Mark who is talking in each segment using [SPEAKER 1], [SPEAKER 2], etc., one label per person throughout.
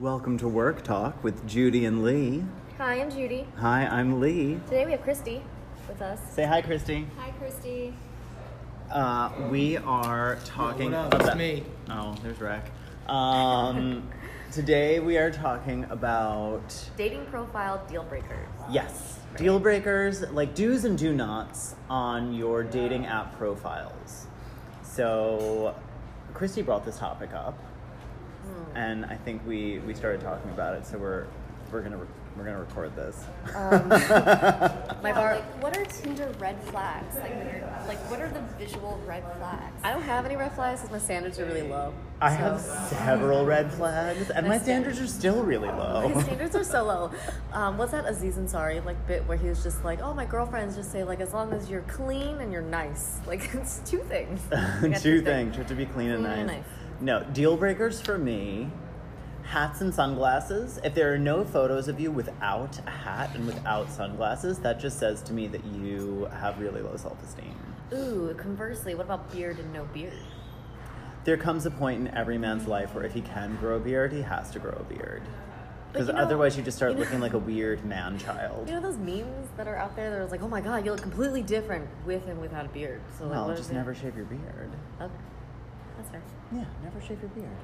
[SPEAKER 1] Welcome to Work Talk with Judy and Lee.
[SPEAKER 2] Hi, I'm Judy.
[SPEAKER 1] Hi, I'm Lee.
[SPEAKER 2] Today we have Christy with us.
[SPEAKER 1] Say hi, Christy.
[SPEAKER 2] Hi, Christy.
[SPEAKER 1] Uh, we are talking
[SPEAKER 3] What up? It's
[SPEAKER 1] about
[SPEAKER 3] me.
[SPEAKER 1] Oh, there's Rack. Um, today we are talking about
[SPEAKER 2] Dating profile deal breakers.
[SPEAKER 1] yes, deal breakers, like do's and do nots on your dating app profiles. So, Christy brought this topic up, and I think we we started talking about it. So we're we're gonna re- we're gonna record this.
[SPEAKER 2] My
[SPEAKER 4] Yeah,
[SPEAKER 2] bar.
[SPEAKER 4] like, what are Tinder red flags? Like, when you're, like, what are the visual red flags?
[SPEAKER 2] I don't have any red flags because my standards are really low.
[SPEAKER 1] I
[SPEAKER 2] So-
[SPEAKER 1] have several red flags, and my standards are still really
[SPEAKER 2] My
[SPEAKER 1] low.
[SPEAKER 2] standards are so low. Um, what's that Aziz Ansari like bit where he was just like, "Oh, my girlfriends just say like as long as you're clean and you're nice." Like it's two things. Like, I
[SPEAKER 1] Two
[SPEAKER 2] think that-
[SPEAKER 1] things: you have to be clean and
[SPEAKER 2] Clean
[SPEAKER 1] nice.
[SPEAKER 2] and nice.
[SPEAKER 1] No deal breakers for me. Hats and sunglasses. If there are no photos of you without a hat and without sunglasses, that just says to me that you have really low self-esteem.
[SPEAKER 2] Ooh. Conversely, what about beard and no beard?
[SPEAKER 1] There comes a point in every
[SPEAKER 2] Mm.
[SPEAKER 1] man's life where if he can grow a beard, he has to grow a beard.
[SPEAKER 2] But
[SPEAKER 1] Because
[SPEAKER 2] you know-
[SPEAKER 1] otherwise, you just start
[SPEAKER 2] you know-
[SPEAKER 1] looking like a weird man child.
[SPEAKER 2] You know those memes that are out there that are like, "Oh my god, you look completely different with and without a beard." So like,
[SPEAKER 1] well,
[SPEAKER 2] what is
[SPEAKER 1] just
[SPEAKER 2] it?
[SPEAKER 1] never shave your beard.
[SPEAKER 2] Okay, that's fair.
[SPEAKER 1] Yeah, never shave your beard.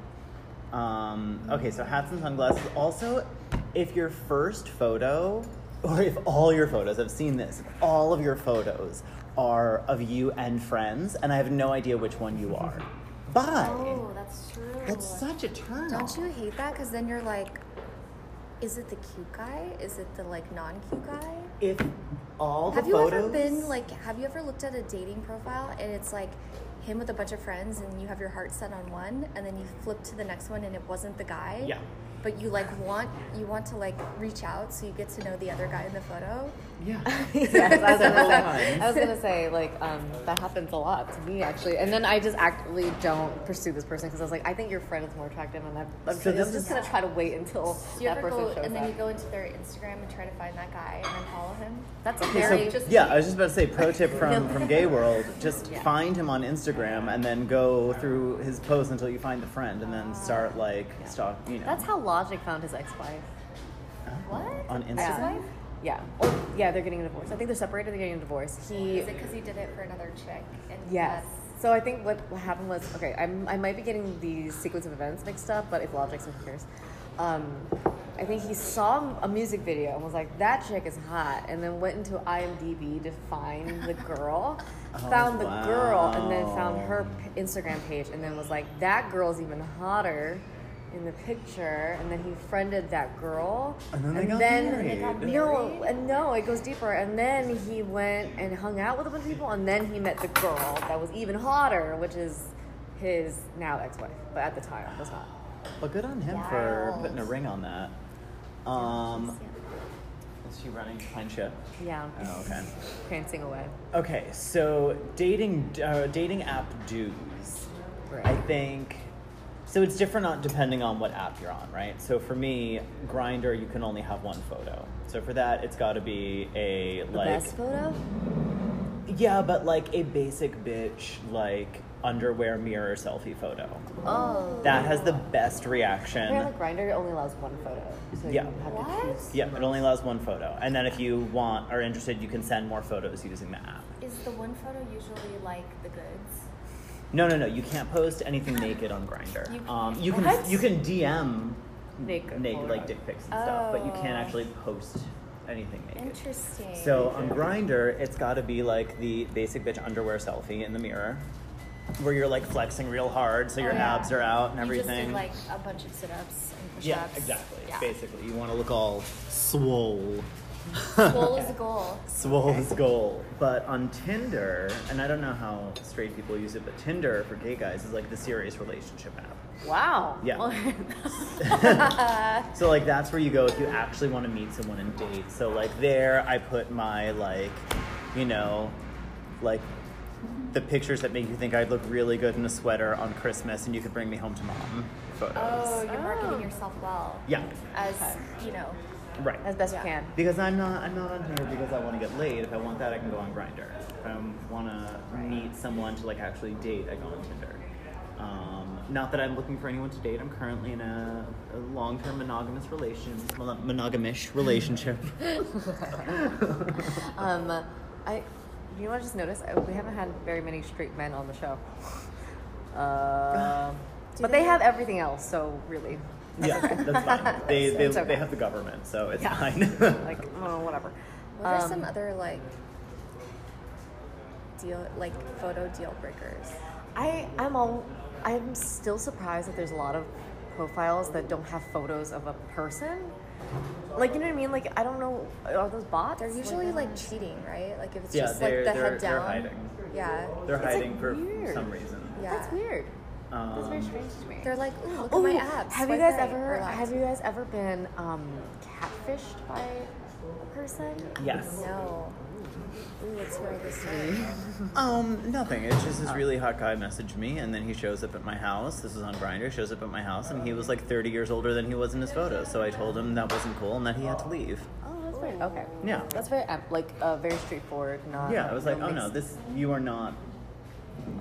[SPEAKER 1] Um, okay, so hats and sunglasses. Also, if your first photo, or if all your photos, I've seen this, if all of your photos are of you and friends, and I have no idea which one you are. Bye.
[SPEAKER 4] Oh, that's true.
[SPEAKER 1] That's such a turn.
[SPEAKER 4] Don't you hate that? Because then you're like, is it the cute guy? Is it the like non-cute guy?
[SPEAKER 1] If all the
[SPEAKER 4] have you
[SPEAKER 1] photos.
[SPEAKER 4] ever been like, have you ever looked at a dating profile and it's like him with a bunch of friends and you have your heart set on one and then you flip to the next one and it wasn't the guy?
[SPEAKER 1] Yeah.
[SPEAKER 4] But you like want you want to like reach out so you get to know the other guy in the photo.
[SPEAKER 1] Yeah.
[SPEAKER 2] Yes, I was
[SPEAKER 1] Several
[SPEAKER 2] gonna say,
[SPEAKER 1] times.
[SPEAKER 2] I was gonna say, like, um, that happens a lot to me actually. And then I just actively don't pursue this person because I was like, I think your friend is more attractive, and I'm, I'm,
[SPEAKER 1] So
[SPEAKER 2] I'm
[SPEAKER 1] this
[SPEAKER 2] just
[SPEAKER 1] is-
[SPEAKER 2] gonna try to wait until
[SPEAKER 4] Do you
[SPEAKER 2] that
[SPEAKER 4] ever
[SPEAKER 2] person
[SPEAKER 4] go
[SPEAKER 2] shows
[SPEAKER 4] and then
[SPEAKER 2] up.
[SPEAKER 4] you go into their Instagram and try to find that guy and then follow him?
[SPEAKER 2] That's
[SPEAKER 4] Okay,
[SPEAKER 2] very
[SPEAKER 4] so-
[SPEAKER 2] just
[SPEAKER 1] Yeah, I was just about to say pro tip from,
[SPEAKER 2] No.
[SPEAKER 1] from Gay World just find him on Instagram and then go through his posts until you find the friend and then start like stalk, you know.
[SPEAKER 2] Ah. That's how Logic found his ex-wife.
[SPEAKER 4] What?
[SPEAKER 1] On Instagram?
[SPEAKER 2] Yeah. Yeah. Oh, yeah, they're getting a divorce. I think they're separated. They're getting a divorce. He
[SPEAKER 4] Is it because he did it for another chick? And
[SPEAKER 2] Yes.
[SPEAKER 4] that's-
[SPEAKER 2] So I think what what happened was okay. I'm, I might be getting the sequence of events mixed up, but it's logic, so who cares? Um, I think he saw a music video and was like, "That chick is hot," and then went into IMDb to find the girl, found the girl, and then found her p- Instagram page, and then was like, "That girl's even hotter." In the picture, and then he friended that girl,
[SPEAKER 1] And then they got married.
[SPEAKER 2] no, and no, it goes deeper. And then he went and hung out with a bunch of people, and then he met the girl that was even hotter, which is his now ex-wife, but at the time was not.
[SPEAKER 1] Well, good on him for putting a ring on that. Um, is she running behind ship?
[SPEAKER 2] Yeah,
[SPEAKER 1] Oh, okay.
[SPEAKER 2] prancing away.
[SPEAKER 1] Okay, so dating uh, dating app dues. I think so. It's different on, depending on what app you're on, right? So for me, Grinder, you can only have one photo. So for that, it's got to be a
[SPEAKER 2] The
[SPEAKER 1] like
[SPEAKER 2] best photo.
[SPEAKER 1] yeah, but like a basic bitch like underwear mirror selfie photo.
[SPEAKER 2] Oh,
[SPEAKER 1] That has the best reaction.
[SPEAKER 2] Apparently, Grinder only allows one photo. So
[SPEAKER 1] Yeah.
[SPEAKER 2] You have
[SPEAKER 4] What?
[SPEAKER 2] To choose.
[SPEAKER 1] Yeah, it only allows one photo. And then if you want are interested, you can send more photos using the app.
[SPEAKER 4] Is the one photo usually like the goods?
[SPEAKER 1] No, no, no. You can't post anything naked on Grinder.
[SPEAKER 4] You-
[SPEAKER 1] Um, you can
[SPEAKER 2] What?
[SPEAKER 1] you can DM
[SPEAKER 2] Naked
[SPEAKER 1] naked like
[SPEAKER 2] Polaroid.
[SPEAKER 1] dick pics and stuff, but you can't
[SPEAKER 4] Oh.
[SPEAKER 1] actually post anything naked.
[SPEAKER 4] Interesting.
[SPEAKER 1] So on Grinder, it's got to be like the basic bitch underwear selfie in the mirror, where you're like flexing real hard, so your
[SPEAKER 4] Oh, yeah.
[SPEAKER 1] abs are out and everything.
[SPEAKER 4] You just did like a bunch of sit-ups and push-ups.
[SPEAKER 1] yeah, exactly.
[SPEAKER 4] Yeah.
[SPEAKER 1] Basically, you want to look all swole.
[SPEAKER 4] Goal is a goal.
[SPEAKER 1] Swole is goal. But on Tinder, and I don't know how straight people use it, but Tinder for gay guys is like the serious relationship app.
[SPEAKER 2] Wow.
[SPEAKER 1] Yeah.
[SPEAKER 2] Well,
[SPEAKER 1] So like that's where you go if you actually want to meet someone and date. So like there I put my like, you know, like the pictures that make you think I'd look really good in a sweater on Christmas and you could bring me home to mom photos.
[SPEAKER 4] Oh, you're
[SPEAKER 2] Oh.
[SPEAKER 4] marketing yourself well.
[SPEAKER 1] Yeah.
[SPEAKER 4] As you know.
[SPEAKER 1] Right.
[SPEAKER 2] as best you
[SPEAKER 4] Yeah.
[SPEAKER 2] can.
[SPEAKER 1] Because I'm not I'm not on Tinder because I want to get laid. If I want that I can go on Grinder. If I want to meet someone to like actually date, I go on Tinder. Um, not that I'm looking for anyone to date. I'm currently in a, a long-term monogamous relation, mono- monogamish relationship.
[SPEAKER 2] Um, I, you know what I just noticed? I, we haven't had very many straight men on the show. Uh,
[SPEAKER 4] Do
[SPEAKER 2] but they
[SPEAKER 4] they-
[SPEAKER 2] have everything else, so really.
[SPEAKER 1] yeah, that's fine. They they,
[SPEAKER 2] It's okay.
[SPEAKER 1] they have the government, so it's
[SPEAKER 2] Yeah.
[SPEAKER 1] fine.
[SPEAKER 2] Like, oh, whatever.
[SPEAKER 4] What are
[SPEAKER 2] Um,
[SPEAKER 4] some other like deal like photo deal breakers?
[SPEAKER 2] I, I'm all, I'm still surprised that there's a lot of profiles that don't have photos of a person. Like, you know what I mean? Like, I don't know, are those bots?
[SPEAKER 4] They're usually
[SPEAKER 2] I
[SPEAKER 4] like
[SPEAKER 2] don't know.
[SPEAKER 4] cheating, right? Like if it's
[SPEAKER 1] Yeah,
[SPEAKER 4] just like
[SPEAKER 1] they're-
[SPEAKER 4] the
[SPEAKER 1] they're-
[SPEAKER 4] head
[SPEAKER 1] they're
[SPEAKER 4] down.
[SPEAKER 1] hiding.
[SPEAKER 4] Yeah.
[SPEAKER 1] They're
[SPEAKER 2] It's, like,
[SPEAKER 1] hiding for
[SPEAKER 2] weird.
[SPEAKER 1] some reason.
[SPEAKER 4] Yeah.
[SPEAKER 2] That's weird. That's very
[SPEAKER 1] Um,
[SPEAKER 2] strange to me.
[SPEAKER 4] They're like, ooh, look
[SPEAKER 2] Ooh,
[SPEAKER 4] at my abs.
[SPEAKER 2] Oh, Have you
[SPEAKER 4] swipe
[SPEAKER 2] guys
[SPEAKER 4] right
[SPEAKER 2] ever
[SPEAKER 4] or left."
[SPEAKER 2] have you guys ever been um, catfished by a person?
[SPEAKER 1] Yes.
[SPEAKER 4] No. Ooh, let's hear this story.
[SPEAKER 1] Um, nothing. It's just
[SPEAKER 2] Uh.
[SPEAKER 1] this really hot guy messaged me, and then he shows up at my house. This was on Grinder. Shows up at my house, and he was like 30 years older than he was in his photo. So I told him that wasn't cool and that he had to leave.
[SPEAKER 2] Oh, that's very okay.
[SPEAKER 1] Yeah.
[SPEAKER 2] That's very um, like uh, very straightforward. Not
[SPEAKER 1] Yeah, I was like, oh
[SPEAKER 2] mixed-
[SPEAKER 1] no, this you are not.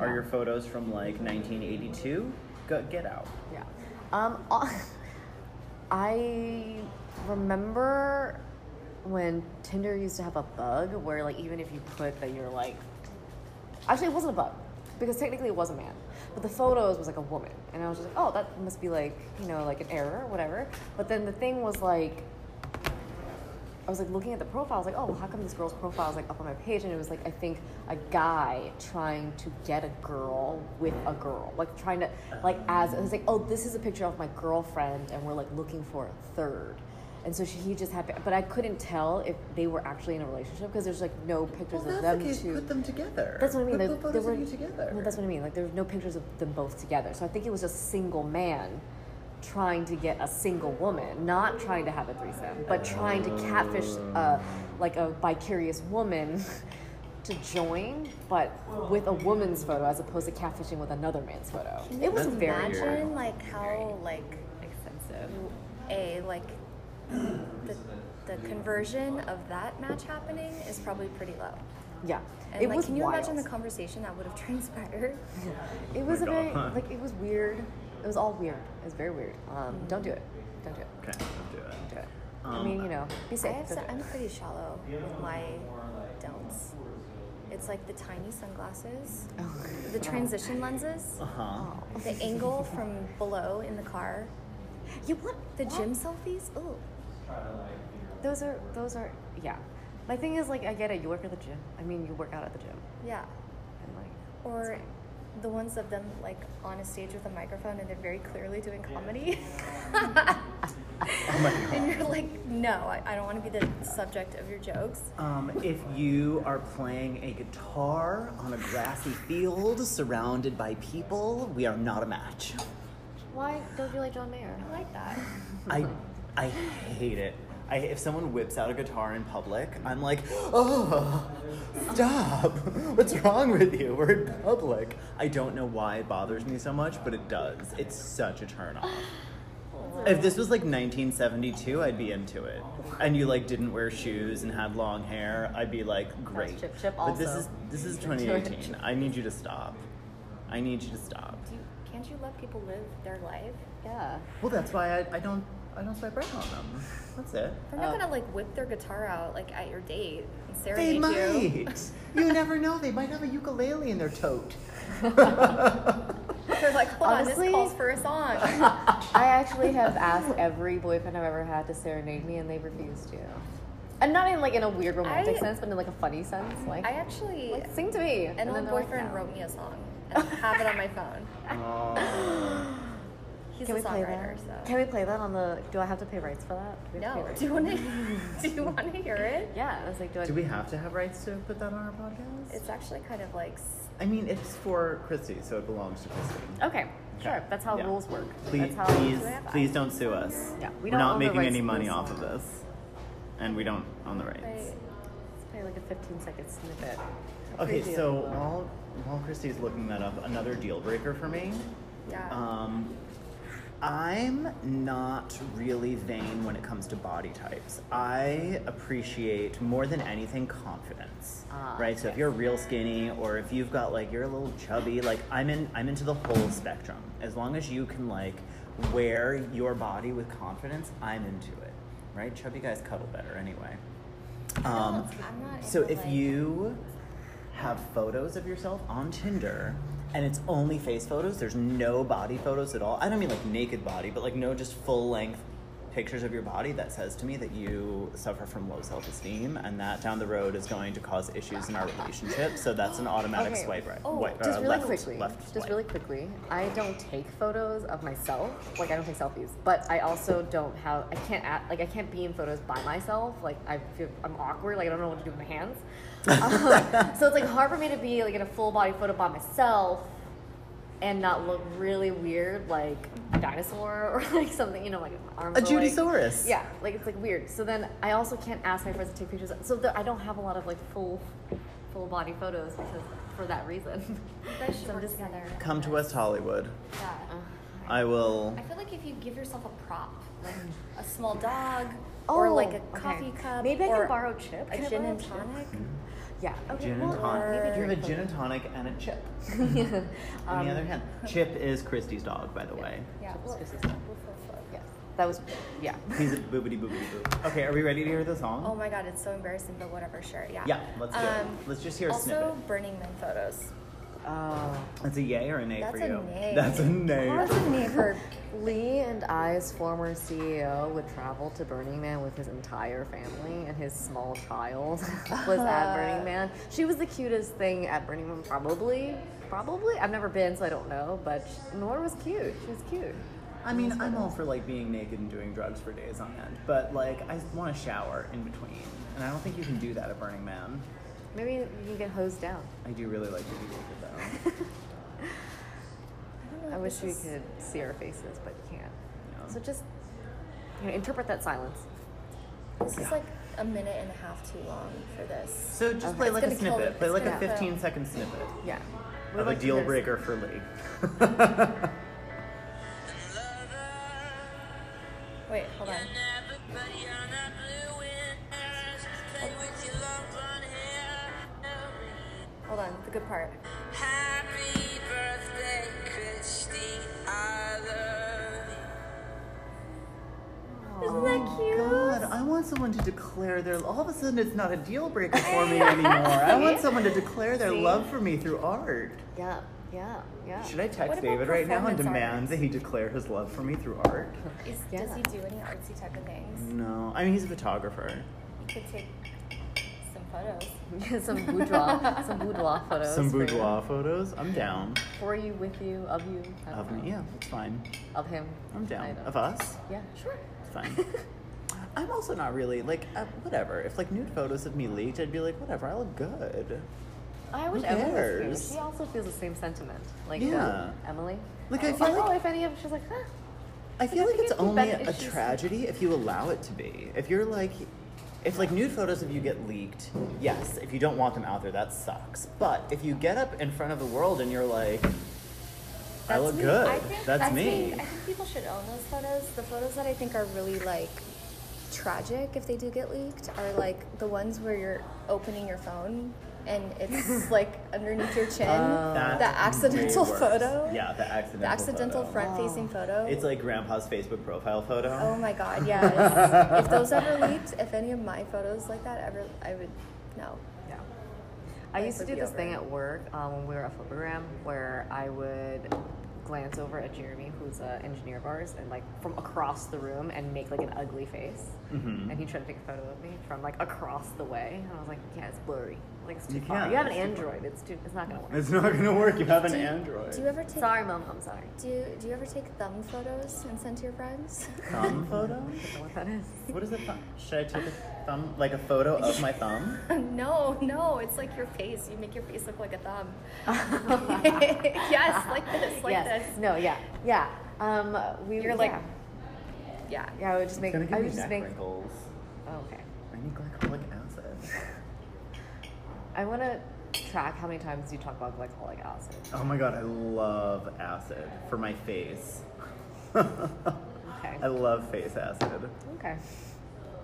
[SPEAKER 1] Are your photos from like 1982? Go, get out.
[SPEAKER 2] Yeah. Um, uh, I remember when Tinder used to have a bug where, like, even if you put that you're like, actually, it wasn't a bug because technically it was a man, but the photos was like a woman, and I was just like, oh, that must be like, you know, like an error, whatever. But then the thing was like. I was like looking at the profile. I was like, oh, well, how come this girl's profile is like up on my page? And it was like, I think a guy trying to get a girl with a girl, like trying to, like as it was like, oh, this is a picture of my girlfriend, and we're like looking for a third. And so she, he just had, but I couldn't tell if they were actually in a relationship because there's like no pictures of them two.
[SPEAKER 1] them together.
[SPEAKER 2] That's what I mean. There- there
[SPEAKER 1] of
[SPEAKER 2] were-
[SPEAKER 1] you
[SPEAKER 2] No, that's what I mean. Like there was no pictures of them both together. So I think it was a single man trying to get a single woman, not trying to have a threesome, but trying to catfish a, like a vicarious woman to join, but with a woman's photo as opposed to catfishing with another man's photo. It was
[SPEAKER 1] That's
[SPEAKER 2] very
[SPEAKER 1] weird.
[SPEAKER 4] Imagine like how like
[SPEAKER 2] expensive.
[SPEAKER 4] a like the the conversion of that match happening is probably pretty low.
[SPEAKER 2] Yeah,
[SPEAKER 4] And
[SPEAKER 2] it
[SPEAKER 4] like,
[SPEAKER 2] was.
[SPEAKER 4] can you
[SPEAKER 2] wild.
[SPEAKER 4] imagine the conversation that would have transpired?
[SPEAKER 2] It was a
[SPEAKER 1] Oh God.
[SPEAKER 2] very like it was weird. It was all weird. It was very weird. Um, don't do it. Don't do it.
[SPEAKER 1] Okay, don't do it.
[SPEAKER 2] Don't do it. I
[SPEAKER 1] Um,
[SPEAKER 2] mean, you know, be
[SPEAKER 4] I
[SPEAKER 2] safe.
[SPEAKER 4] have
[SPEAKER 2] Don't
[SPEAKER 4] so,
[SPEAKER 2] do it.
[SPEAKER 4] I'm pretty shallow with my don'ts. It's like the tiny sunglasses, the transition lenses,
[SPEAKER 2] Oh.
[SPEAKER 1] Uh huh.
[SPEAKER 4] the angle from below in the car,
[SPEAKER 2] You what?
[SPEAKER 4] the gym selfies. Ooh,
[SPEAKER 2] Those are those are yeah. My thing is like I get it. You work at the gym. I mean, you work out at the gym,
[SPEAKER 4] yeah.
[SPEAKER 2] and like
[SPEAKER 4] Or the ones of them like on a stage with a microphone and they're very clearly doing comedy. and you're like, no, I, I don't want to be the subject of your jokes.
[SPEAKER 1] Um, if you are playing a guitar on a grassy field surrounded by people, we are not a match.
[SPEAKER 2] why don't you like John Mayer?
[SPEAKER 4] I like that.
[SPEAKER 1] I, I hate it. I, if someone whips out a guitar in public, I'm like, oh, stop. What's wrong with you? We're in public. I don't know why it bothers me so much, but it does. It's such a turnoff. If this was like 1972, I'd be into it. And you like didn't wear shoes and had long hair, I'd be like, great.
[SPEAKER 2] Chip Chip
[SPEAKER 1] But this
[SPEAKER 2] also.
[SPEAKER 1] is this is 2018. I need you to stop. I need you to stop.
[SPEAKER 4] Do you, can't you let people live their life?
[SPEAKER 2] Yeah.
[SPEAKER 1] Well, that's why I, I don't I don't swipe right on them. That's it.
[SPEAKER 4] They're not
[SPEAKER 2] Oh.
[SPEAKER 4] gonna like whip their guitar out like at your date and
[SPEAKER 1] They
[SPEAKER 4] serenade you.
[SPEAKER 1] might. You never know. They might have a ukulele in their tote.
[SPEAKER 4] They're like, hold on,
[SPEAKER 2] Honestly-
[SPEAKER 4] this calls for a song.
[SPEAKER 2] I actually have asked every boyfriend I've ever had to serenade me, and they refused to. And not in like in a weird romantic
[SPEAKER 4] I-
[SPEAKER 2] sense, but in like a funny sense. Like,
[SPEAKER 4] I actually,
[SPEAKER 2] like, sing to me.
[SPEAKER 4] an old
[SPEAKER 2] they're like,
[SPEAKER 4] boyfriend
[SPEAKER 2] "No."
[SPEAKER 4] wrote me a song. And I have it on my phone. He's
[SPEAKER 2] Can
[SPEAKER 4] a
[SPEAKER 2] we play that?
[SPEAKER 4] songwriter, so.
[SPEAKER 2] Can we play that on the? Do I have to pay rights for that? Do we have to pay
[SPEAKER 4] no.
[SPEAKER 2] rights?
[SPEAKER 4] Do you wanna do you wanna hear it?
[SPEAKER 2] Yeah. I was like, do I?
[SPEAKER 1] Do we have to have rights to put that on our podcast?
[SPEAKER 4] It's actually kind of like s-
[SPEAKER 1] I mean, it's for Christy, so it belongs to Christy.
[SPEAKER 2] Okay. Sure. That's how
[SPEAKER 1] Yeah.
[SPEAKER 2] rules work.
[SPEAKER 1] Please,
[SPEAKER 2] That's how.
[SPEAKER 1] please,
[SPEAKER 4] Do I have
[SPEAKER 1] please don't sue us.
[SPEAKER 2] Yeah, we
[SPEAKER 1] we are
[SPEAKER 2] don't
[SPEAKER 1] not
[SPEAKER 2] own the
[SPEAKER 1] making
[SPEAKER 2] rights
[SPEAKER 1] any
[SPEAKER 2] to
[SPEAKER 1] money
[SPEAKER 2] this.
[SPEAKER 1] off of this, and we don't own the rights.
[SPEAKER 4] like,
[SPEAKER 2] It's probably like a 15 second snippet.
[SPEAKER 1] Okay,
[SPEAKER 2] Pretty
[SPEAKER 1] so
[SPEAKER 2] doable.
[SPEAKER 1] while while Christy's looking that up, another deal breaker for me.
[SPEAKER 4] yeah.
[SPEAKER 1] Um, I'm not really vain when it comes to body types. I appreciate more than anything confidence.
[SPEAKER 2] Ah,
[SPEAKER 1] right? So if you're real skinny or if you've got like you're a little chubby, like I'm in I'm into the whole spectrum. As long as you can like wear your body with confidence, I'm into it. Right? Chubby guys cuddle better anyway. Um,
[SPEAKER 4] I'm not
[SPEAKER 1] so
[SPEAKER 4] into,
[SPEAKER 1] if
[SPEAKER 4] like-
[SPEAKER 1] you have photos of yourself on Tinder and it's only face photos, there's no body photos at all. I don't mean like naked body, but like no just full length pictures of your body that says to me that you suffer from low self-esteem and that down the road is going to cause issues in our relationship so that's an automatic
[SPEAKER 2] Okay.
[SPEAKER 1] swipe right
[SPEAKER 2] Oh,
[SPEAKER 1] wi-
[SPEAKER 2] just
[SPEAKER 1] uh,
[SPEAKER 2] really
[SPEAKER 1] left,
[SPEAKER 2] quickly.
[SPEAKER 1] left
[SPEAKER 2] just
[SPEAKER 1] swipe.
[SPEAKER 2] really quickly. I don't take photos of myself. Like I don't take selfies, but I also don't have. I can't act, like I can't be in photos by myself. Like I feel I'm awkward. Like I don't know what to do with my hands. Um, so it's like hard for me to be like in a full body photo by myself and not look really weird, like a dinosaur or like something. You know, like an arm.
[SPEAKER 1] a Judysaurus.
[SPEAKER 2] Yeah, like it's like weird. So then I also can't ask my friends to take pictures. So there, I don't have a lot of like full, full body photos because for that reason.
[SPEAKER 4] You guys should
[SPEAKER 2] So I'm
[SPEAKER 4] work
[SPEAKER 2] just- um,
[SPEAKER 4] together.
[SPEAKER 1] Come to West Hollywood.
[SPEAKER 4] Yeah.
[SPEAKER 1] I will
[SPEAKER 4] I feel like if you give yourself a prop, like a small dog, or like a
[SPEAKER 2] Oh, okay.
[SPEAKER 4] coffee cup,
[SPEAKER 2] Maybe I
[SPEAKER 4] or
[SPEAKER 2] can borrow Chip.
[SPEAKER 4] a
[SPEAKER 2] Can I
[SPEAKER 4] gin
[SPEAKER 2] borrow
[SPEAKER 4] and
[SPEAKER 2] Chip? Mm-hmm.
[SPEAKER 4] tonic.
[SPEAKER 2] Yeah.
[SPEAKER 4] Um,
[SPEAKER 2] Okay.
[SPEAKER 1] gin and
[SPEAKER 2] well,
[SPEAKER 1] tonic.
[SPEAKER 2] Maybe
[SPEAKER 1] You have a
[SPEAKER 2] drink.
[SPEAKER 1] gin and tonic and a chip. On
[SPEAKER 2] Um,
[SPEAKER 1] the other hand, Chip is Christie's dog, by the way.
[SPEAKER 4] Yeah,
[SPEAKER 2] Chip's
[SPEAKER 4] well,
[SPEAKER 2] good
[SPEAKER 4] we'll
[SPEAKER 2] stuff.
[SPEAKER 4] feel full.
[SPEAKER 2] Yeah. That was. Yeah.
[SPEAKER 1] He's a boobity boobity boo. Okay, are we ready to hear the song?
[SPEAKER 4] Oh my god, it's so embarrassing, but whatever, sure, yeah. Um,
[SPEAKER 1] Yeah, let's do it. Let's just hear a
[SPEAKER 4] also,
[SPEAKER 1] snippet.
[SPEAKER 4] Burning Man photos.
[SPEAKER 2] Oh.
[SPEAKER 1] That's a yay or a nay
[SPEAKER 4] That's
[SPEAKER 1] for
[SPEAKER 4] a
[SPEAKER 1] you?
[SPEAKER 4] nay.
[SPEAKER 1] That's a nay.
[SPEAKER 4] That's a neighbor.
[SPEAKER 2] Lee and I's former CEO would travel to Burning Man with his entire family, and his small child was at Burning Man. She was the cutest thing at Burning Man, probably. Probably. I've never been, so I don't know, but she- Nora was cute. She was cute.
[SPEAKER 1] I mean, I'm all for like being naked and doing drugs for days on end, but like I want to shower in between, and I don't think you can do that at Burning Man.
[SPEAKER 2] Maybe you can get hosed down.
[SPEAKER 1] I do really like to be naked though.
[SPEAKER 2] I wish we
[SPEAKER 4] is-
[SPEAKER 2] could see our faces, but you can't.
[SPEAKER 1] Yeah.
[SPEAKER 2] So just you know, interpret that silence.
[SPEAKER 4] This is like a minute and a half too long for this.
[SPEAKER 1] So just play like a
[SPEAKER 4] gonna kill
[SPEAKER 1] snippet,
[SPEAKER 4] it.
[SPEAKER 1] play
[SPEAKER 4] It's
[SPEAKER 1] like a
[SPEAKER 4] gonna uh, kill.
[SPEAKER 1] 15 second snippet
[SPEAKER 2] Yeah. What
[SPEAKER 1] of a
[SPEAKER 2] about
[SPEAKER 1] deal
[SPEAKER 2] yours?
[SPEAKER 1] breaker for Lee.
[SPEAKER 4] Wait, hold on. Hold on, the good part.
[SPEAKER 3] Happy birthday, Christy. I love you.
[SPEAKER 1] Isn't that cute? Oh God, I want someone to declare their. All of a sudden, it's not a deal breaker for me anymore. I want someone to declare their love for me through art.
[SPEAKER 2] Yeah, yeah, yeah.
[SPEAKER 1] Should I
[SPEAKER 4] What
[SPEAKER 1] text
[SPEAKER 4] about
[SPEAKER 1] David right now and
[SPEAKER 4] performance
[SPEAKER 1] demand
[SPEAKER 4] art?
[SPEAKER 1] that he declare his love for me through art?
[SPEAKER 4] Is,
[SPEAKER 2] Yeah.
[SPEAKER 4] Does he do any artsy type of things?
[SPEAKER 1] No, I mean he's a photographer.
[SPEAKER 4] You could take some photos.
[SPEAKER 2] some boudoir, some boudoir photos.
[SPEAKER 1] Some
[SPEAKER 2] for you.
[SPEAKER 1] boudoir photos. I'm down.
[SPEAKER 2] For you, with you, of you. I don't
[SPEAKER 1] Of me,
[SPEAKER 2] know.
[SPEAKER 1] yeah, it's fine.
[SPEAKER 2] Of him.
[SPEAKER 1] I'm
[SPEAKER 2] I
[SPEAKER 1] down.
[SPEAKER 2] don't-
[SPEAKER 1] Of us,
[SPEAKER 2] Yeah, sure.
[SPEAKER 1] it's fine. I'm also not really like uh, whatever. If like nude photos of me leaked, I'd be like whatever. I look good.
[SPEAKER 2] I wish
[SPEAKER 1] Who
[SPEAKER 2] Emily was here.
[SPEAKER 1] cares?
[SPEAKER 2] She also feels the same sentiment. Like,
[SPEAKER 1] Yeah.
[SPEAKER 2] what, Emily?
[SPEAKER 1] Like, I
[SPEAKER 2] She's
[SPEAKER 1] feel
[SPEAKER 2] like,
[SPEAKER 1] like-
[SPEAKER 2] oh, if any of she's like, huh?
[SPEAKER 1] I feel
[SPEAKER 2] Like,
[SPEAKER 1] like
[SPEAKER 2] I
[SPEAKER 1] it's
[SPEAKER 2] think it'd be
[SPEAKER 1] only
[SPEAKER 2] better
[SPEAKER 1] a
[SPEAKER 2] if she's-
[SPEAKER 1] tragedy if you allow it to be. If you're like, if like nude photos of you get leaked, yes. If you don't want them out there, that sucks. But if you get up in front of the world and you're like, I
[SPEAKER 4] That's
[SPEAKER 1] look
[SPEAKER 4] me.
[SPEAKER 1] good.
[SPEAKER 4] I think-
[SPEAKER 1] that's
[SPEAKER 4] I
[SPEAKER 1] me.
[SPEAKER 4] Think, I think people should own those photos. The photos that I think are really like tragic, if they do get leaked, are like the ones where you're opening your phone and it's like underneath your chin.
[SPEAKER 1] Uh, That's
[SPEAKER 4] the accidental
[SPEAKER 1] way Um, worse.
[SPEAKER 4] photo.
[SPEAKER 1] Yeah, the accidental.
[SPEAKER 4] The accidental
[SPEAKER 1] photo.
[SPEAKER 4] front-facing photo.
[SPEAKER 1] It's like grandpa's Facebook profile photo.
[SPEAKER 4] oh my god, yes. if those ever leaked, if any of my photos like that ever, I would no.
[SPEAKER 2] Yeah. I
[SPEAKER 4] Life
[SPEAKER 2] used to
[SPEAKER 4] would
[SPEAKER 2] do
[SPEAKER 4] be
[SPEAKER 2] this
[SPEAKER 4] over.
[SPEAKER 2] thing at work um, when we were at Flippergram where I would glance over at Jeremy, who's an engineer of ours, and like from across the room and make like an ugly face.
[SPEAKER 1] Mhm.
[SPEAKER 2] And he tried to take a photo of me from like across the way. And I was like, yeah, it's blurry. Like, it's too
[SPEAKER 1] You
[SPEAKER 2] far.
[SPEAKER 1] can't.
[SPEAKER 2] You have an
[SPEAKER 1] It's too far.
[SPEAKER 2] Android. It's too, it's not going to work.
[SPEAKER 1] It's not gonna work. You have an
[SPEAKER 4] Do you-
[SPEAKER 1] Android.
[SPEAKER 4] Do you ever take
[SPEAKER 2] Sorry, Mom. I'm sorry.
[SPEAKER 4] do you, do you ever take thumb photos and send to your friends?
[SPEAKER 1] thumb photo?
[SPEAKER 2] I don't know what that is.
[SPEAKER 1] What is a thumb? Should I take a thumb, like a photo of my thumb?
[SPEAKER 4] No, no, it's like your face. You make your face look like a thumb. yes, like this, like
[SPEAKER 2] yes.
[SPEAKER 4] this.
[SPEAKER 2] No, yeah. Yeah. Um, we
[SPEAKER 4] You're
[SPEAKER 2] were
[SPEAKER 4] like-
[SPEAKER 2] yeah.
[SPEAKER 4] Yeah.
[SPEAKER 2] yeah, I would just make,
[SPEAKER 1] It's gonna give
[SPEAKER 2] I
[SPEAKER 1] me
[SPEAKER 2] would
[SPEAKER 1] neck
[SPEAKER 2] just make,
[SPEAKER 1] wrinkles.
[SPEAKER 2] oh, okay.
[SPEAKER 1] I need glycolic acid.
[SPEAKER 2] I want to track how many times you talk about glycolic acid.
[SPEAKER 1] Oh my god, I love acid for my face.
[SPEAKER 2] Okay.
[SPEAKER 1] I love face acid.
[SPEAKER 2] Okay.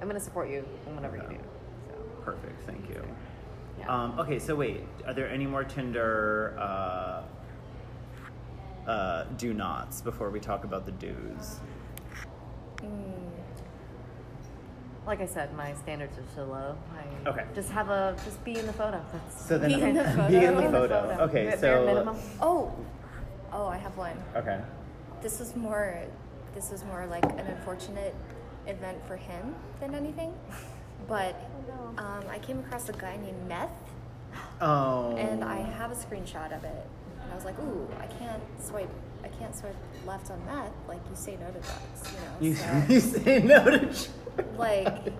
[SPEAKER 2] I'm gonna support you in whatever you do. So
[SPEAKER 1] Perfect, thank you.
[SPEAKER 2] yeah.
[SPEAKER 1] Um, okay, so wait, are there any more Tinder uh, uh, do nots before we talk about the do's?
[SPEAKER 2] like I said, my standards are so low. I
[SPEAKER 1] Okay.
[SPEAKER 2] Just have a just be in the photo. That's
[SPEAKER 1] So then,
[SPEAKER 4] Be in the photo.
[SPEAKER 1] Be in
[SPEAKER 4] Be
[SPEAKER 1] the
[SPEAKER 4] in the
[SPEAKER 1] photo.
[SPEAKER 2] photo.
[SPEAKER 1] Okay,
[SPEAKER 2] Bare- bare
[SPEAKER 1] so
[SPEAKER 2] minimum.
[SPEAKER 4] Oh, oh, I have one.
[SPEAKER 1] okay,
[SPEAKER 4] This was more, this was more like an unfortunate event for him than anything. But um, I came across a guy named Meth,
[SPEAKER 1] oh,
[SPEAKER 4] and I have a screenshot of it. And I was like, ooh, I can't swipe, I can't swipe left on Meth. Like you say no to drugs, you
[SPEAKER 1] you,
[SPEAKER 4] know.
[SPEAKER 1] you say no to drugs.
[SPEAKER 4] So, like,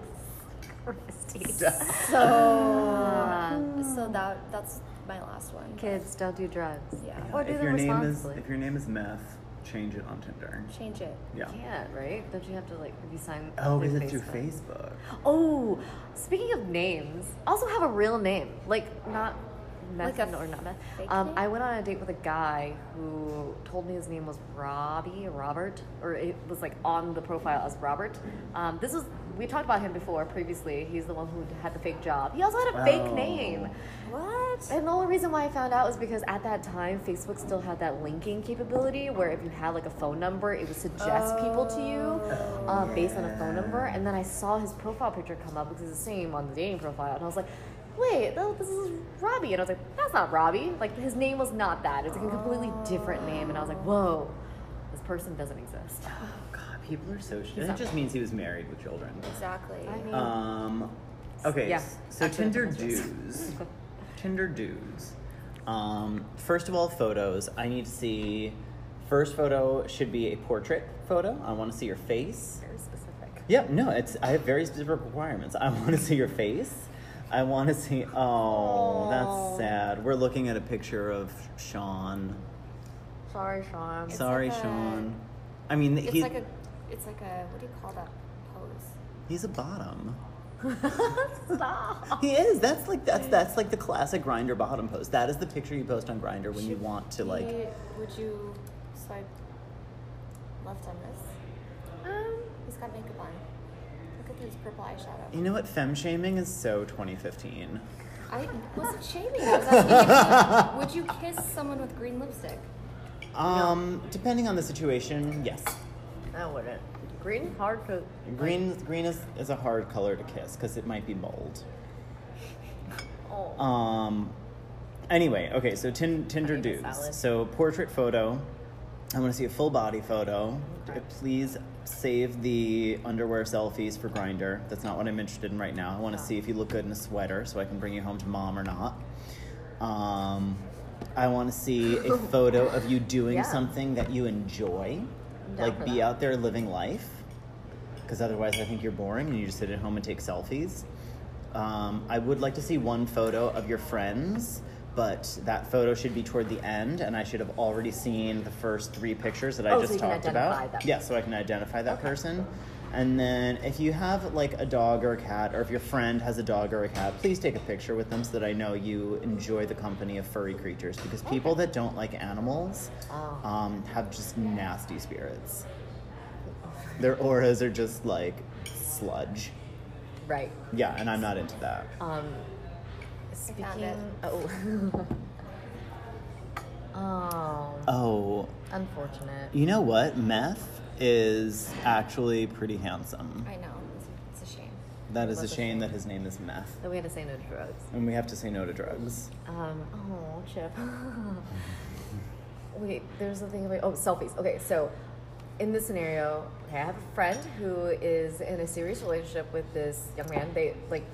[SPEAKER 2] Christy.
[SPEAKER 4] so, um, so that that's my last one.
[SPEAKER 2] Kids, don't do drugs.
[SPEAKER 4] Yeah.
[SPEAKER 2] Or do
[SPEAKER 1] if
[SPEAKER 2] them
[SPEAKER 1] your name is
[SPEAKER 2] responsibly.
[SPEAKER 1] if your name is meth, change it on Tinder.
[SPEAKER 4] Change it.
[SPEAKER 1] Yeah.
[SPEAKER 2] you can't, right? Don't you have to like if you sign?
[SPEAKER 1] Oh,
[SPEAKER 2] through
[SPEAKER 1] is it through
[SPEAKER 2] Facebook?
[SPEAKER 1] Facebook?
[SPEAKER 2] Oh, speaking of names, also have a real name, like not meth
[SPEAKER 4] Like a
[SPEAKER 2] or not meth.
[SPEAKER 4] fake
[SPEAKER 2] Um,
[SPEAKER 4] name?
[SPEAKER 2] I went on a date with a guy who told me his name was Robbie, Robert, or it was like on the profile as Robert. Um, this was we talked about him before previously. He's the one who had the fake job. He also had a fake
[SPEAKER 1] Oh.
[SPEAKER 2] name.
[SPEAKER 4] What?
[SPEAKER 2] And the only reason why I found out was because at that time, Facebook still had that linking capability where if you had like a phone number, it would suggest people to you uh, based on a phone number. And then I saw his profile picture come up because it's the same on the dating profile. And I was like, wait, th- this is Robbie. And I was like, that's not Robbie. Like, his name was not that. It's like a completely different name. And I was like, whoa, this person doesn't exist.
[SPEAKER 1] Oh God, people are so. Sh- and it
[SPEAKER 2] not-
[SPEAKER 1] just means he was married with children.
[SPEAKER 4] Exactly.
[SPEAKER 2] I mean,
[SPEAKER 1] Um, okay,
[SPEAKER 2] Mm. Yeah,
[SPEAKER 1] s- so
[SPEAKER 2] actually,
[SPEAKER 1] Tinder
[SPEAKER 2] that's
[SPEAKER 1] dudes. Tinder dudes. Um, first of all, photos. I need to see. First photo should be a portrait photo. I want to see your face.
[SPEAKER 2] very specific.
[SPEAKER 1] Yep, no, it's I have very specific requirements. I want to see your face. I want to see. Oh, that's
[SPEAKER 2] Aw.
[SPEAKER 1] sad. We're looking at a picture of Sean.
[SPEAKER 2] Sorry, Sean.
[SPEAKER 1] Sorry,
[SPEAKER 4] like a-
[SPEAKER 1] Sean. I mean,
[SPEAKER 4] It's
[SPEAKER 1] he,
[SPEAKER 4] like a, it's like a, what do you call that pose?
[SPEAKER 1] he's a bottom.
[SPEAKER 2] Stop.
[SPEAKER 4] Oh.
[SPEAKER 1] He is. That's like that's that's like the classic grinder bottom post. That is the picture you post on grinder when you want to like.
[SPEAKER 4] Would you swipe left on this?
[SPEAKER 2] Um,
[SPEAKER 4] He's got makeup on. Look at his purple eyeshadow.
[SPEAKER 1] You know what? Femme shaming is so 2015.
[SPEAKER 4] I wasn't shaming. I was asking if you- would you kiss someone with green lipstick?
[SPEAKER 1] Um, depending on the situation, yes.
[SPEAKER 2] I wouldn't. Green hard coat.
[SPEAKER 1] Green green is, is a hard color to kiss because it might be mold.
[SPEAKER 2] Oh.
[SPEAKER 1] Um. Anyway, okay. So tin, Tinder
[SPEAKER 2] need a
[SPEAKER 1] dudes.
[SPEAKER 2] salad.
[SPEAKER 1] So portrait photo. I want to see a full body photo.
[SPEAKER 2] Okay.
[SPEAKER 1] Please save the underwear selfies for grinder. That's not what I'm interested in right now. I
[SPEAKER 2] Oh.
[SPEAKER 1] want to see if you look good in a sweater so I can bring you home to mom or not. Um, I want to see a photo of you doing
[SPEAKER 2] Yeah.
[SPEAKER 1] something that you enjoy.
[SPEAKER 2] I'm down
[SPEAKER 1] Like
[SPEAKER 2] for
[SPEAKER 1] be
[SPEAKER 2] that.
[SPEAKER 1] out there living life because otherwise I think you're boring and you just sit at home and take selfies. Um, I would like to see one photo of your friends, but that photo should be toward the end, and I should have already seen the first three pictures that I
[SPEAKER 2] Oh, so
[SPEAKER 1] just
[SPEAKER 2] you can
[SPEAKER 1] talked
[SPEAKER 2] identify
[SPEAKER 1] about.
[SPEAKER 2] them.
[SPEAKER 1] Yeah, so I can identify that person. And then if you have like a dog or a cat, or if your friend has a dog or a cat, please take a picture with them so that I know you enjoy the company of furry creatures because people that don't like animals
[SPEAKER 2] Oh.
[SPEAKER 1] um, have just nasty spirits. Their auras are just like sludge.
[SPEAKER 2] Right.
[SPEAKER 1] Yeah, and I'm not into that.
[SPEAKER 2] Um,
[SPEAKER 4] I found it.
[SPEAKER 2] speaking. Oh. oh.
[SPEAKER 1] Oh,
[SPEAKER 2] Unfortunate.
[SPEAKER 1] you know what? Meth is actually pretty handsome.
[SPEAKER 4] I know. It's, it's a shame.
[SPEAKER 1] That is a
[SPEAKER 2] What's his
[SPEAKER 1] shame
[SPEAKER 2] name?
[SPEAKER 1] that his name is Meth.
[SPEAKER 2] That we had to say no to drugs.
[SPEAKER 1] And we have to say no to drugs.
[SPEAKER 2] Um, oh, Chip. Wait, there's something about. Oh, selfies. Okay, so in this scenario, okay, I have a friend who is in a serious relationship with this young man. They, like,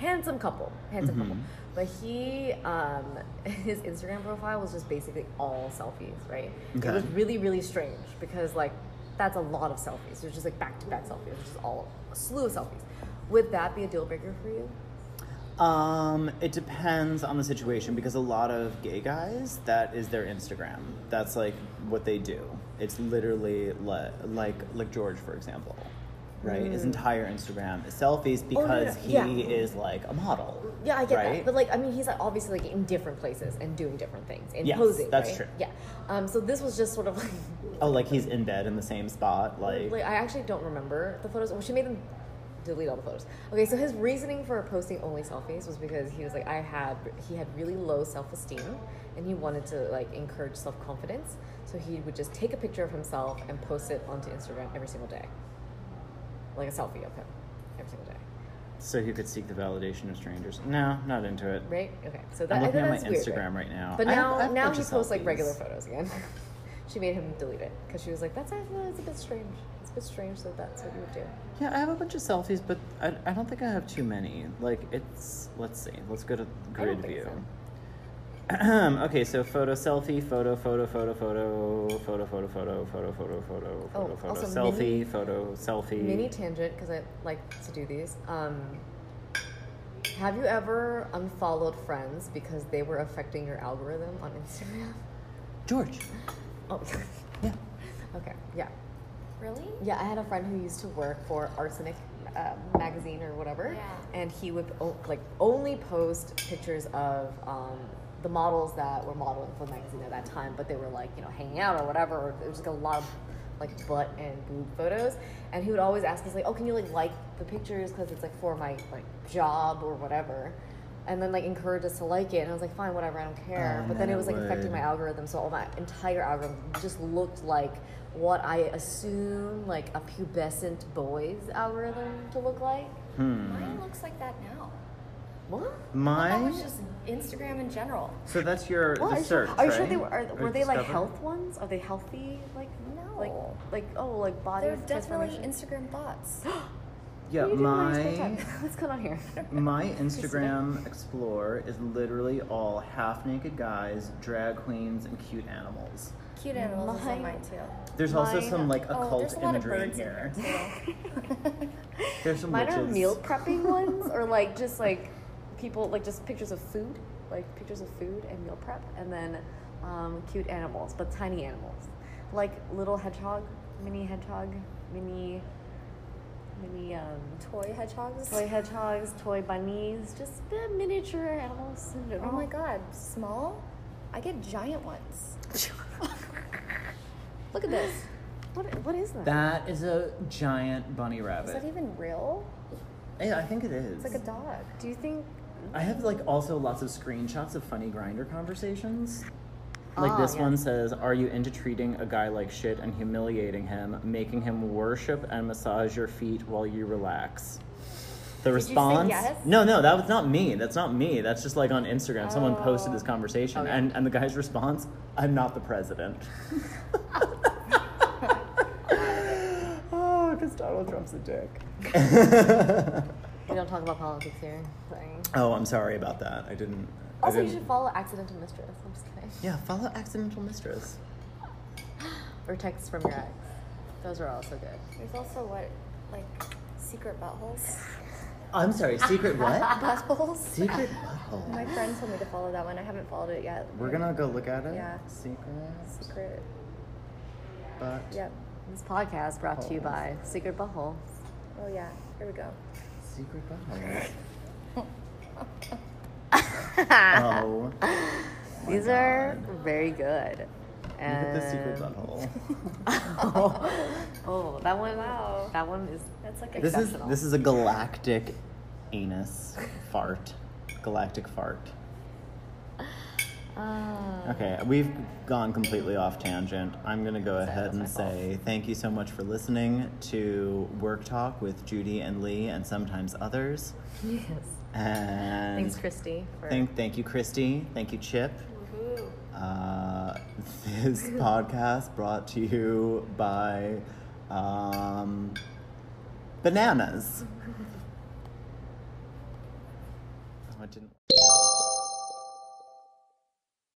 [SPEAKER 2] handsome couple. Handsome couple. But he, um, his Instagram profile was just basically all selfies, right?
[SPEAKER 1] Okay.
[SPEAKER 2] It was really, really strange because, like, that's a lot of selfies. There's just, like, back to back selfies, just all a slew of selfies. Would that be a deal breaker for you?
[SPEAKER 1] Um, it depends on the situation because a lot of gay guys, that is their Instagram. That's like what they do. It's literally le- like like George, for example, right? His entire Instagram is selfies
[SPEAKER 2] no, no,
[SPEAKER 1] because
[SPEAKER 2] Mm. Oh, yeah.
[SPEAKER 1] he is like a model.
[SPEAKER 2] Yeah, I get
[SPEAKER 1] right?
[SPEAKER 2] that. But like, I mean, he's like, obviously like in different places and doing different things and
[SPEAKER 1] Yes,
[SPEAKER 2] posing.
[SPEAKER 1] that's
[SPEAKER 2] right?
[SPEAKER 1] true.
[SPEAKER 2] Yeah. Um, so this was just sort of like
[SPEAKER 1] Oh, like he's in bed in the same spot. Like,
[SPEAKER 2] Like, I actually don't remember the photos. Well, she made them delete all the photos. Okay, so his reasoning for posting only selfies was because he was like, I had he had really low self esteem, and he wanted to like encourage self confidence. So he would just take a picture of himself and post it onto Instagram every single day, like a selfie of him every single day.
[SPEAKER 1] so he could seek the validation of strangers. No, not into it.
[SPEAKER 2] Right? Okay. So that,
[SPEAKER 1] I'm
[SPEAKER 2] I
[SPEAKER 1] looking
[SPEAKER 2] think
[SPEAKER 1] at my
[SPEAKER 2] that's weird,
[SPEAKER 1] Instagram right now.
[SPEAKER 2] But
[SPEAKER 1] I have-
[SPEAKER 2] now,
[SPEAKER 1] I have a
[SPEAKER 2] now
[SPEAKER 1] bunch
[SPEAKER 2] he
[SPEAKER 1] of
[SPEAKER 2] posts like
[SPEAKER 1] selfies.
[SPEAKER 2] regular photos again. she made him delete it because she was like, "That's actually it's a bit strange. It's a bit strange that that's what you would do."
[SPEAKER 1] Yeah, I have a bunch of selfies, but I, I don't think I have too many. Like, it's. Let's see. Let's go to grid
[SPEAKER 2] think
[SPEAKER 1] view.
[SPEAKER 2] so.
[SPEAKER 1] okay, so photo selfie, photo, photo, photo, photo, photo, photo, photo, photo, photo, photo,
[SPEAKER 2] Oh,
[SPEAKER 1] photo, photo,
[SPEAKER 2] also
[SPEAKER 1] selfie,
[SPEAKER 2] mini-
[SPEAKER 1] photo, selfie.
[SPEAKER 2] Mini tangent because I like to do these. Um, have you ever unfollowed friends because they were affecting your algorithm on Instagram?
[SPEAKER 1] George.
[SPEAKER 2] Oh,
[SPEAKER 1] Yeah.
[SPEAKER 2] okay, yeah,
[SPEAKER 4] Really?
[SPEAKER 2] yeah. I had a friend who used to work for Arsenic uh, magazine or whatever,
[SPEAKER 4] Yeah.
[SPEAKER 2] and he would o- like only post pictures of um, the models that were modeling for the magazine at that time, but they were like you know hanging out or whatever, or it was like a lot of like butt and boob photos, and he would always ask us like, oh, can you like like the pictures because it's like for my like job or whatever. And then like encourage us to like it, and I was like, fine, whatever, I don't care.
[SPEAKER 1] Oh,
[SPEAKER 2] but then
[SPEAKER 1] man,
[SPEAKER 2] it was
[SPEAKER 1] I
[SPEAKER 2] like affecting
[SPEAKER 1] would.
[SPEAKER 2] my algorithm, so all my entire algorithm just looked like what I assume like a pubescent boy's algorithm to look like.
[SPEAKER 1] Hmm.
[SPEAKER 4] Mine looks like that now.
[SPEAKER 2] What?
[SPEAKER 4] That
[SPEAKER 1] My.
[SPEAKER 4] was just Instagram in general.
[SPEAKER 1] So that's your
[SPEAKER 2] What? Are
[SPEAKER 1] the
[SPEAKER 2] you
[SPEAKER 1] search.
[SPEAKER 2] sure, are you sure
[SPEAKER 1] right?
[SPEAKER 2] they were? Are,
[SPEAKER 1] Or
[SPEAKER 2] were they like
[SPEAKER 1] discover?
[SPEAKER 2] health ones? Are they healthy? Like
[SPEAKER 4] No.
[SPEAKER 2] Like like oh like body.
[SPEAKER 4] They're definitely
[SPEAKER 2] transformation?
[SPEAKER 4] Instagram thoughts.
[SPEAKER 1] Yeah,
[SPEAKER 2] What are you doing on your spare
[SPEAKER 1] my
[SPEAKER 2] time? What's going on here?
[SPEAKER 1] my Instagram Explore is literally all half naked guys, drag queens, and cute animals.
[SPEAKER 4] Cute animals is
[SPEAKER 2] Mine-
[SPEAKER 4] on mine too.
[SPEAKER 1] There's also
[SPEAKER 2] Mine-
[SPEAKER 1] some like
[SPEAKER 4] oh,
[SPEAKER 1] occult
[SPEAKER 4] there's a lot of
[SPEAKER 1] imagery
[SPEAKER 4] birds in
[SPEAKER 1] here.
[SPEAKER 4] here. too.
[SPEAKER 1] There's some
[SPEAKER 2] Mine
[SPEAKER 1] witches.
[SPEAKER 2] are meal prepping ones, or like just like people like just pictures of food, like pictures of food and meal prep, and then um, cute animals, but tiny animals, like little hedgehog, mini hedgehog, mini mini um,
[SPEAKER 4] Toy hedgehogs.
[SPEAKER 2] Toy hedgehogs, toy bunnies, just the miniature animals in
[SPEAKER 4] Oh
[SPEAKER 2] general.
[SPEAKER 4] my god, small? I get giant ones. Look at this.
[SPEAKER 2] What, what is that?
[SPEAKER 1] That is a giant bunny
[SPEAKER 4] Is
[SPEAKER 1] rabbit.
[SPEAKER 4] that even real?
[SPEAKER 1] yeah, I think it is.
[SPEAKER 4] It's like a dog.
[SPEAKER 2] Do you think?
[SPEAKER 1] I have like also lots of screenshots of funny grinder conversations. Like
[SPEAKER 2] Ah,
[SPEAKER 1] this
[SPEAKER 2] yeah.
[SPEAKER 1] one says, "Are you into treating a guy like shit and humiliating him, making him worship and massage your feet while you relax?" The
[SPEAKER 4] you say
[SPEAKER 1] response?
[SPEAKER 4] yes?
[SPEAKER 1] No, no, that was not me. That's not me. That's just like on Instagram. Someone posted this conversation,
[SPEAKER 2] Oh, yeah.
[SPEAKER 1] and and the guy's response, "I'm not the president." oh, because Donald Trump's a dick.
[SPEAKER 2] We don't talk about politics here. Sorry.
[SPEAKER 1] oh, I'm sorry about that. I didn't. I
[SPEAKER 2] Also, you
[SPEAKER 1] didn't-
[SPEAKER 2] should follow Accidental Mistress. I'm just kidding.
[SPEAKER 1] Yeah, follow Accidental Mistress.
[SPEAKER 2] Or text from your ex. Those are also good.
[SPEAKER 4] There's also what, like, secret buttholes?
[SPEAKER 1] I'm sorry, secret what?
[SPEAKER 4] buttholes?
[SPEAKER 1] secret butthole.
[SPEAKER 4] My friend told me to follow that one. I haven't followed it yet.
[SPEAKER 1] We're gonna go look at it.
[SPEAKER 4] Yeah.
[SPEAKER 1] Secret
[SPEAKER 4] Secret.
[SPEAKER 1] but
[SPEAKER 4] Yep.
[SPEAKER 2] This podcast brought to you by Secret Butthole.
[SPEAKER 4] Oh, yeah. Here we go.
[SPEAKER 1] secret butthole. oh. my
[SPEAKER 2] These are
[SPEAKER 1] God.
[SPEAKER 2] very good.
[SPEAKER 1] Look at the secret
[SPEAKER 2] And-
[SPEAKER 1] butthole.
[SPEAKER 2] oh, that one.
[SPEAKER 4] Wow.
[SPEAKER 2] That one is.
[SPEAKER 4] That's like a
[SPEAKER 1] this is
[SPEAKER 2] Exceptional.
[SPEAKER 1] this is a galactic anus fart. Galactic fart.
[SPEAKER 2] Uh,
[SPEAKER 1] Okay, we've gone completely off tangent. I'm going to go ahead
[SPEAKER 2] that's
[SPEAKER 1] and
[SPEAKER 2] my fault.
[SPEAKER 1] say thank you so much for listening to Work Talk with Judy and Lee and sometimes others.
[SPEAKER 2] yes.
[SPEAKER 1] And
[SPEAKER 2] Thanks, Christy. For
[SPEAKER 1] Thank, thank you, Christy. Thank you, Chip. Uh, this podcast brought to you by um, bananas. Oh, I didn't.